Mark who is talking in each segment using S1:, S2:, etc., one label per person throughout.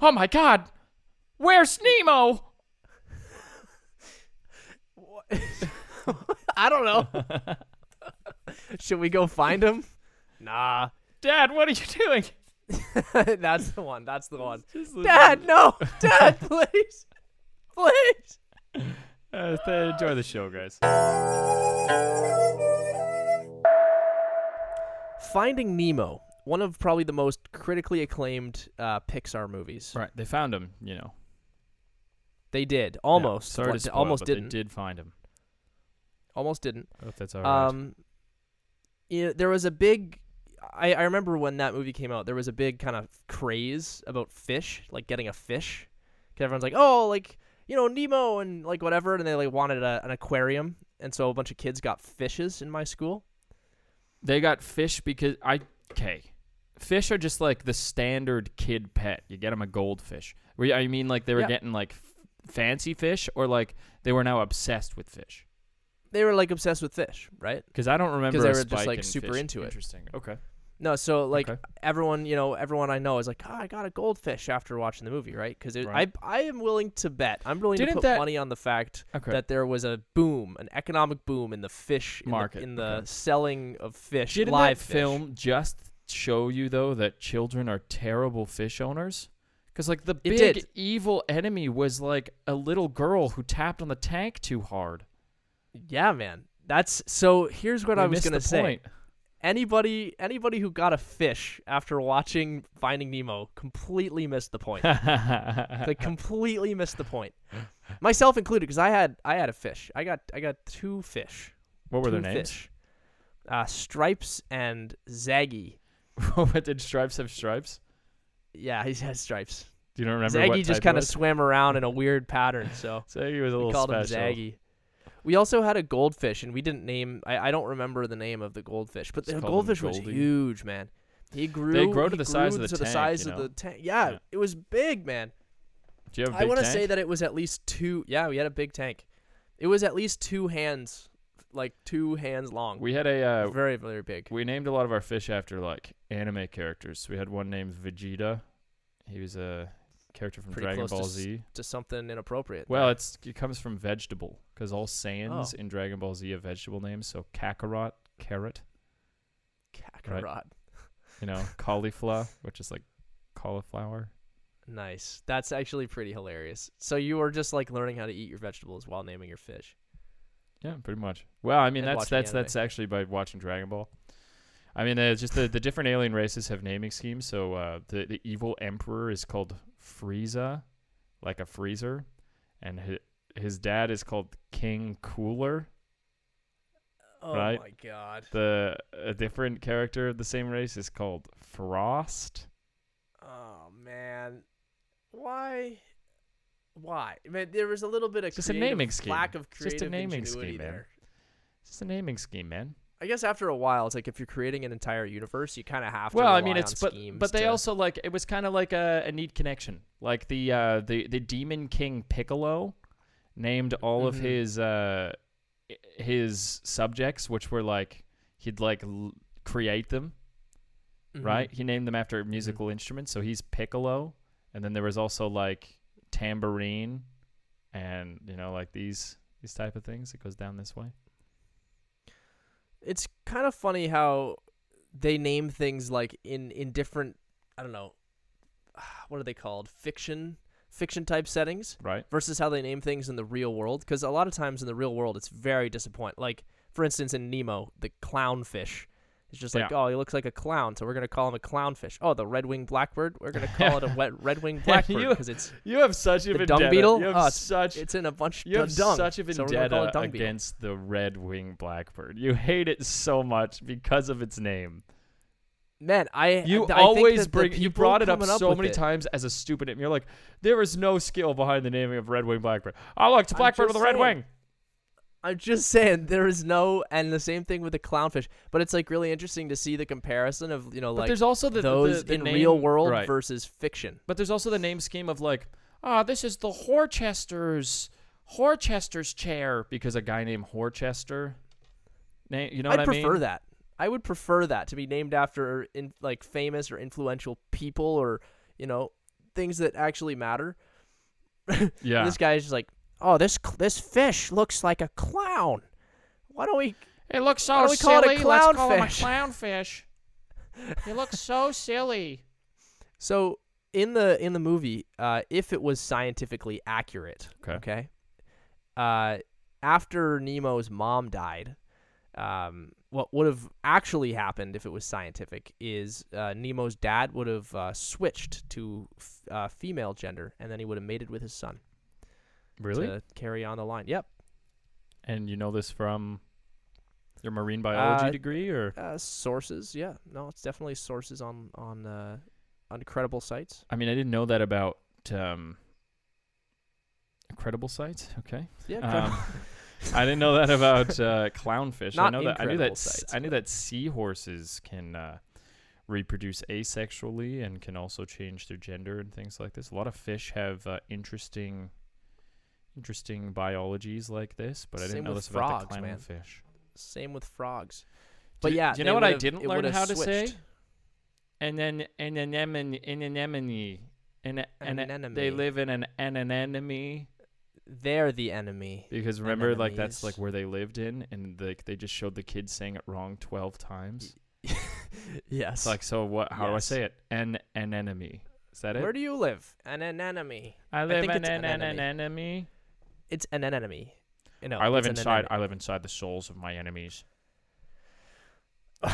S1: Oh my god! Where's Nemo?
S2: I don't know. Should we go find him? Nah.
S1: Dad, what are you doing?
S2: That's the one. That's the one.
S1: Just listen-
S2: Dad, no. Dad, please. Please.
S1: Uh, th- enjoy the show, guys.
S2: Finding Nemo, one of probably the most critically acclaimed uh, Pixar movies.
S1: Right, they found him. You know,
S2: They did. Almost.
S1: Yeah, sorry to
S2: Like,
S1: spoil,
S2: almost
S1: but they
S2: didn't.
S1: did find him.
S2: Almost didn't.
S1: I hope that's all right.
S2: Um, yeah, there was a big. I, I remember when that movie came out. There was a big kind of craze about fish, like getting a fish, because everyone's like, "Oh, like you know Nemo and like whatever," and they like wanted a, an aquarium, and so a bunch of kids got fishes in my school.
S1: They got fish because I okay. Fish are just like the standard kid pet. You get them a goldfish. Were you- I mean, like they were
S2: Yeah.
S1: getting like f- fancy fish, or like they were now obsessed with fish.
S2: They were like obsessed with fish, right?
S1: Because I don't remember.
S2: 'Cause they
S1: a
S2: were just,
S1: spike
S2: like,
S1: in
S2: super
S1: fish.
S2: into it.
S1: Interesting. Okay.
S2: No, so like
S1: Okay.
S2: everyone, you know, everyone I know is like, "Oh, I got a goldfish after watching the movie," right? Because I
S1: Right.
S2: I am willing to bet. I'm willing to
S1: Didn't
S2: put
S1: that-
S2: money on the fact
S1: Okay.
S2: that there was a boom, an economic boom in the fish in the-
S1: Market,
S2: in the,
S1: okay.
S2: selling of fish,
S1: Didn't
S2: live
S1: that
S2: fish.
S1: film just show you though that children are terrible fish owners? Because like the big
S2: did.
S1: evil enemy was like a little girl who tapped on the tank too hard.
S2: Yeah, man. That's so. Here's what
S1: We
S2: I was
S1: missed
S2: gonna
S1: the
S2: say.
S1: point.
S2: Anybody, anybody who got a fish after watching Finding Nemo completely missed the point. they completely missed the point, myself included, because I had I had a fish. I got I got two fish.
S1: what were their
S2: two
S1: names?
S2: Fish. Uh, stripes and Zaggy.
S1: what did stripes have stripes?
S2: Yeah, he had stripes.
S1: Do you not remember?
S2: Zaggy
S1: what
S2: just
S1: kind
S2: of swam around in a weird pattern. So
S1: Zaggy was a little
S2: we called
S1: special.
S2: him Zaggy. We also had a goldfish, and we didn't name. I, I don't remember the name of the goldfish, but
S1: Just
S2: the
S1: called him
S2: goldfish was
S1: Goldie.
S2: huge, man. He grew.
S1: grow to
S2: he
S1: the size
S2: grew
S1: of the
S2: to
S1: tank,
S2: size
S1: you
S2: of
S1: know?
S2: the tank. Yeah,
S1: Yeah.
S2: it was big, man.
S1: Do you have a
S2: I
S1: big
S2: want to
S1: tank?
S2: say that it was at least two. Yeah, we had a big tank. It was at least two hands, like two hands long.
S1: we had a uh,
S2: very, very big.
S1: we named a lot of our fish after like anime characters. We had one named Vegeta. He was a character from
S2: Pretty
S1: Dragon
S2: close to
S1: Ball
S2: s-
S1: Z.
S2: to something inappropriate.
S1: Well,
S2: there.
S1: it's it comes from vegetable because all Saiyans
S2: Oh.
S1: in Dragon Ball Z have vegetable names. So Kakarot, carrot,
S2: Kakarot.
S1: you know, cauliflower, which is like cauliflower.
S2: Nice. That's actually pretty hilarious. So you were just like learning how to eat your vegetables while naming your fish.
S1: Yeah, pretty much. Well, I mean
S2: And
S1: that's
S2: watching
S1: that's
S2: anime.
S1: that's actually by watching Dragon Ball. I mean, uh, just the, the different alien races have naming schemes. So uh, the the evil emperor is called Frieza, like a freezer, and his, his dad is called King Cooler.
S2: Oh
S1: Right.
S2: my god.
S1: The a different character of the same race is called Frost.
S2: Oh man. Why? Why? I mean, there was a little bit of
S1: Just a
S2: creative-
S1: naming scheme.
S2: lack of
S1: It's just a
S2: creative
S1: naming scheme,
S2: ingenuity
S1: man.
S2: there.
S1: It's just a naming scheme, man.
S2: I guess after a while, it's like if you're creating an entire universe, you kind of have to.
S1: well, I
S2: rely
S1: mean, it's
S2: on
S1: but
S2: schemes
S1: but they
S2: to-
S1: also like it was kind of like a, a neat connection, like the uh, the the Demon King Piccolo named all of
S2: Mhm.
S1: his uh, i- his subjects, which were like he'd like l- create them,
S2: Mhm.
S1: right? He named them after musical instruments, so he's Piccolo, and then there was also like tambourine, and you know like these these type of things. It goes down this way.
S2: It's kind of funny how they name things like in in different. I don't know. What are they called? Fiction fiction type settings.
S1: Right.
S2: versus how they name things in the real world because a lot of times in the real world it's very disappointing like for instance in nemo the clownfish it's just like
S1: Yeah.
S2: oh he looks like a clown so we're going to call him a clownfish oh the red-winged blackbird we're going to call it a wet red-winged blackbird
S1: You-
S2: because it's
S1: You have such a
S2: The dung
S1: vendetta.
S2: beetle?
S1: You have
S2: Oh, it's-
S1: such
S2: it's in a bunch
S1: You
S2: of
S1: have
S2: dung
S1: such a
S2: so we're gonna call
S1: vendetta
S2: it dung beetle.
S1: against the red wing blackbird. You hate it so much because of its name.
S2: man i
S1: You
S2: I think
S1: always
S2: that the
S1: bring you
S2: people
S1: brought it up
S2: coming
S1: so
S2: with
S1: many
S2: it-
S1: times as a stupid name. You're like, there is no skill behind the naming of red wing blackbird. Oh look, it's a
S2: I'm
S1: blackbird
S2: just
S1: with a red
S2: saying.
S1: wing.
S2: I'm just saying there is no, and the same thing with the clownfish. But it's like really interesting to see the comparison of you know
S1: But
S2: like
S1: there's also the- the-
S2: those
S1: the
S2: in
S1: name-
S2: real world
S1: right.
S2: versus fiction.
S1: But there's also the name scheme of like, ah, this is the Horchester's Horchester's chair because a guy named Horchester. Na- you know
S2: I'd
S1: what I mean?
S2: prefer that. I would prefer that to be named after in, like famous or influential people or you know things that actually matter.
S1: Yeah.
S2: This guy's just like, oh, this cl- this fish looks like a clown. Why don't we?
S3: It looks so
S2: Why don't we call it a
S3: silly. Let's call him a
S2: clownfish?
S3: clownfish. He looks so silly.
S2: So in the in the movie, uh, if it was scientifically accurate,
S1: 'Kay.
S2: okay, uh, after Nemo's mom died, um, what would have actually happened if it was scientific is uh, Nemo's dad would have uh, switched to f- uh, female gender, and then he would have mated with his son
S1: Really?
S2: to carry on the line. Yep.
S1: And you know this from your marine biology
S2: Uh,
S1: degree, or
S2: Uh, sources, yeah. No, it's definitely sources on on uh, on credible sites.
S1: I mean, I didn't know that about um, credible sites. Okay,
S2: Yeah, credible.
S1: um, I didn't know that about uh, clownfish. I
S2: Not
S1: know that I knew that
S2: incredible
S1: s-
S2: sites,
S1: I knew that seahorses can uh, reproduce asexually and can also change their gender and things like this. A lot of fish have uh, interesting, interesting biologies like this, but I
S2: Same
S1: didn't know
S2: with
S1: this about
S2: frogs,
S1: the
S2: man.
S1: clownfish.
S2: same with frogs. But
S1: you-
S2: yeah,
S1: do you know
S2: they
S1: what I
S2: would've-
S1: didn't
S2: it
S1: learn
S2: would've
S1: how to say?
S2: switched.
S1: and then an anemone, an anemone, an, a- an,
S2: An
S1: a- They
S2: anemone.
S1: live in an, an anemone
S2: They're the enemy.
S1: because remember, like that's like
S2: Anemones.
S1: where they lived in, and like they just showed the kids saying it wrong twelve times.
S2: yes.
S1: It's like, so what? How
S2: Yes.
S1: do I say it? An an enemy. Is that it?
S2: Where do you live? An enemy.
S1: I live
S2: think
S1: in
S2: it's
S1: an, an,
S2: anemone.
S1: an enemy.
S2: It's an enemy. You know,
S1: I live
S2: it's an
S1: inside.
S2: anemone.
S1: I live inside the souls of my enemies.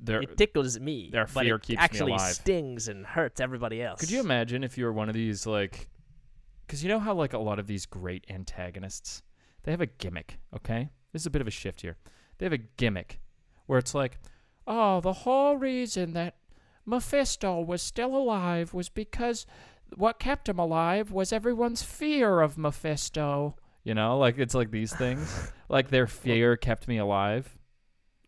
S1: They're,
S2: It tickles me.
S1: their
S2: but
S1: fear
S2: it
S1: keeps me
S2: actually
S1: alive.
S2: stings and hurts everybody else.
S1: Could you imagine if you were one of these like cuz you know how like a lot of these great antagonists they have a gimmick, okay? This is a bit of a shift here. They have a gimmick where it's like,
S3: Oh, the whole reason that Mephisto was still alive was because what kept him alive was everyone's fear of Mephisto.
S1: you know, like it's like these things, like their fear kept me alive.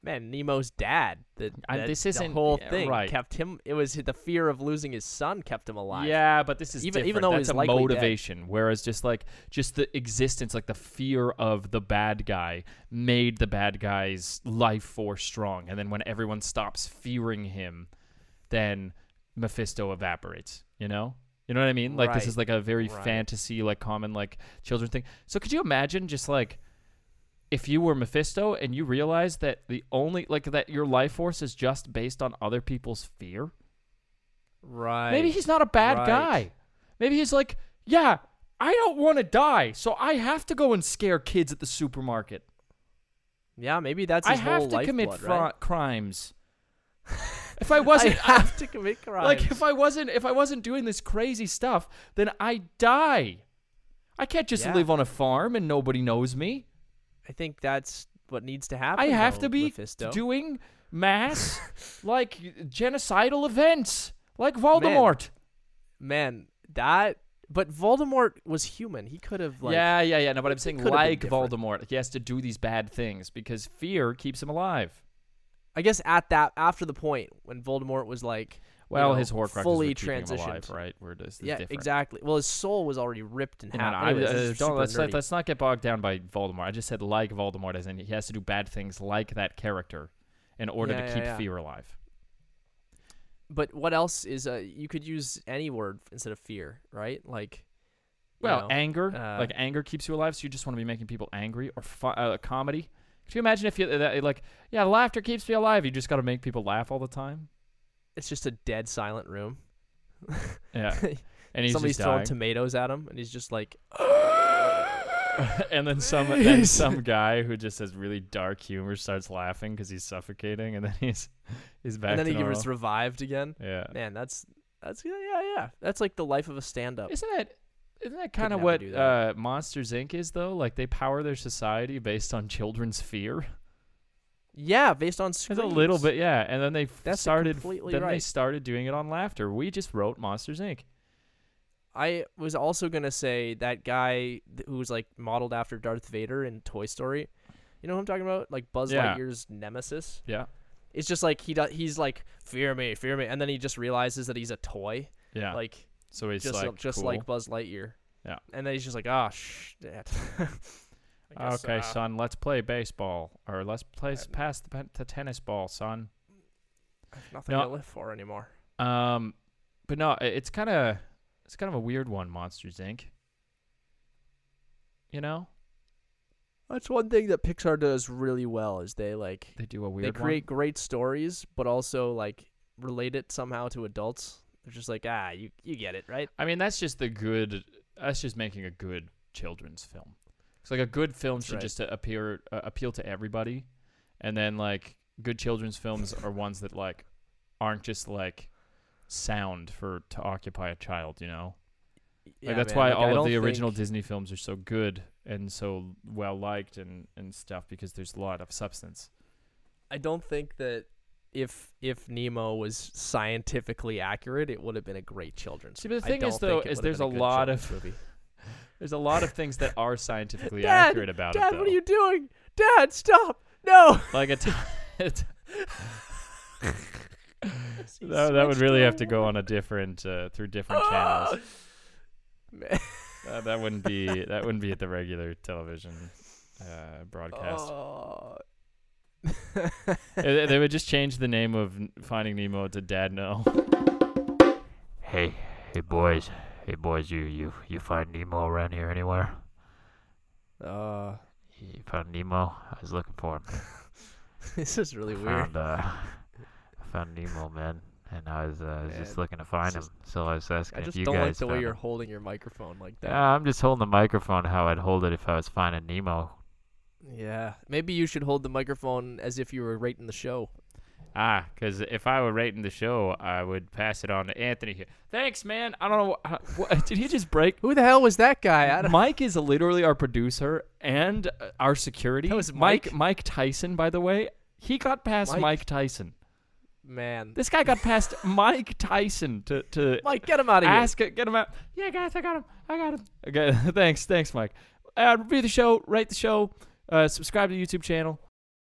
S2: Man, Nemo's dad. The,
S1: I-
S2: that-
S1: this
S2: the
S1: isn't-
S2: whole
S1: yeah,
S2: thing
S1: right.
S2: kept him. It was the fear of losing his son kept him alive.
S1: Yeah, but this is
S2: Even- even
S1: different.
S2: though
S1: That's
S2: he's
S1: a
S2: likely dead.
S1: motivation, whereas just like just the existence, like the fear of the bad guy, made the bad guy's life force strong, and then when everyone stops fearing him, then Mephisto evaporates. You know, you know what I mean? Like this is like a very
S2: Right.
S1: fantasy, like common like children thing. So could you imagine just like if you were Mephisto and you realized that the only like that your life force is just based on other people's fear?
S2: Right.
S3: Maybe he's not a bad
S2: Right.
S3: guy.
S1: Maybe he's like, yeah, I don't want to die, so I have to go and scare kids at the supermarket.
S2: Yeah, maybe that's
S1: I
S2: his whole
S1: have to commit
S2: lifeblood,
S1: fro-
S2: right?
S1: crimes. if I
S2: I
S1: wasn't
S2: have to commit crimes.
S1: like if I wasn't if I wasn't doing this crazy stuff, then I die. I can't just
S2: Yeah.
S1: live on a farm and nobody knows me.
S2: I think that's what needs to happen.
S1: I have
S2: though,
S1: to be
S2: Mephisto.
S1: doing mass like genocidal events like Voldemort.
S2: Man, that. But Voldemort was human. He could have like.
S1: yeah, yeah, yeah. No, but I'm saying
S2: could have been
S1: like
S2: different.
S1: Voldemort, he has to do these bad things because fear keeps him alive.
S2: I guess at that after the point when Voldemort was like. you
S1: Well,
S2: know,
S1: his Horcrux
S2: fully
S1: is what keeping him
S2: transitioned.
S1: alive, right? Where does this
S2: yeah,
S1: different?
S2: exactly. Well, his soul was already ripped in
S1: You know,
S2: half.
S1: I-
S2: Anyways,
S1: uh,
S2: this is
S1: don't
S2: super
S1: let's
S2: nerdy.
S1: let, let's not get bogged down by Voldemort. I just said like Voldemort, as in he has to do bad things like that character in order
S2: Yeah,
S1: to
S2: yeah,
S1: keep
S2: yeah.
S1: fear alive.
S2: But what else is uh, you could use any word instead of fear, right? Like. you
S1: Well,
S2: know,
S1: anger,
S2: uh,
S1: like anger keeps you alive, so you just want to be making people angry or fu- uh, comedy. Could you imagine if you that, like, yeah, laughter keeps me alive. You just got to make people laugh all the time.
S2: it's just a dead silent room.
S1: Yeah, and he's
S2: Somebody's
S1: just
S2: throwing
S1: dying.
S2: tomatoes at him, and he's just like,
S1: and then some then some guy who just has really dark humor starts laughing because he's suffocating, and then he's he's back.
S2: and then
S1: to
S2: he
S1: normal.
S2: gets revived again.
S1: yeah.
S2: Man, that's that's yeah, yeah, yeah. That's like the life of a stand-up.
S1: Isn't that isn't that kind of
S2: never
S1: what
S2: do
S1: uh,
S2: that.
S1: Monsters Inc. is though? Like they power their society based on children's fear.
S2: Yeah, based on screams.
S1: It's a little bit, yeah. And then they f-
S2: That's
S1: started
S2: completely
S1: then they
S2: right.
S1: started doing it on laughter. We just wrote Monsters Inc.
S2: I was also gonna say that guy th- who was like modeled after Darth Vader in Toy Story. You know who I'm talking about? Like Buzz
S1: Yeah.
S2: Lightyear's nemesis.
S1: Yeah,
S2: It's just like he does. He's like fear me, fear me, and then he just realizes that he's a toy,
S1: yeah.
S2: like
S1: so he's
S2: just
S1: like
S2: just
S1: cool.
S2: like Buzz Lightyear.
S1: Yeah.
S2: And then he's just like, ah, shh. shit. I guess,
S1: okay,
S2: uh,
S1: son, let's play baseball or let's play s- pass the, pen- the tennis ball, son.
S2: I have nothing
S1: No.
S2: to live for anymore.
S1: Um, but no, i- it's kind of It's kind of a weird one, Monsters Inc. You know,
S2: That's one thing that Pixar does really well is they like
S1: they do a
S2: they
S1: weird
S2: create great stories, but also like relate it somehow to adults. They're just like, ah, you you get it, right?
S1: one. I mean, that's just the good. That's just making a good children's film. It's like a good film
S2: That's
S1: should
S2: right.
S1: just uh, appear uh, appeal to everybody, and then like good children's films are ones that like aren't just like sound for to occupy a child. You know.
S2: Yeah,
S1: like that's
S2: man,
S1: why
S2: like, I
S1: all
S2: don't
S1: of the original
S2: think-
S1: Disney films are so good and so well liked and, and stuff because there's a lot of substance.
S2: I don't think that if if Nemo was scientifically accurate, it would have been a great children's.
S1: See, but the
S2: I
S1: thing is,
S2: don't
S1: though,
S2: think it
S1: is
S2: would have
S1: there's
S2: been
S1: a
S2: good
S1: lot of-
S2: children's movie.
S1: There's a lot of things that are scientifically
S2: Dad,
S1: accurate about it.
S2: Dad,
S1: Though.
S2: what are you doing? Dad, stop! No.
S1: like a t- it- that, that would really have to go on a different uh, through different channels.
S2: Man.
S1: Uh, that wouldn't be that wouldn't be at the regular television uh, broadcast.
S2: Oh.
S1: they, they would just change the name of N- Finding Nemo to Dad No.
S4: Hey, hey boys, hey boys, you you you find Nemo around here anywhere?
S2: Uh,
S4: You found Nemo? I was looking for him.
S2: this is really weird.
S4: Found uh, I found Nemo, man, and I was uh, I was just
S2: Man,
S4: looking to find him.
S2: this
S4: So I was asking
S2: I
S4: if
S2: just
S4: you
S2: don't
S4: guys
S2: like the way
S4: found
S2: you're
S4: him.
S2: holding your microphone like
S4: Yeah,
S2: that.
S4: I'm just holding the microphone how I'd hold it if I was finding Nemo.
S2: Yeah. Maybe you should hold the microphone as if you were rating the show.
S1: Ah, because if I were rating the show, I would pass it on to Anthony here. Thanks, man. I don't know. wh- how- What, did he just break?
S2: Who the hell was that guy? I don't
S1: Mike is literally our producer and uh, our security.
S2: That was
S1: Mike.
S2: Mike?
S1: Mike Tyson, by the way. He got past Mike,
S2: Mike.
S1: Tyson.
S2: man.
S1: This guy got past Mike Tyson to to
S2: Mike, get him out of here.
S1: ask get him out. Yeah, guys, I got him. I got him. Okay, thanks, thanks, Mike. Uh, review the show, rate the show, uh, subscribe to the YouTube channel,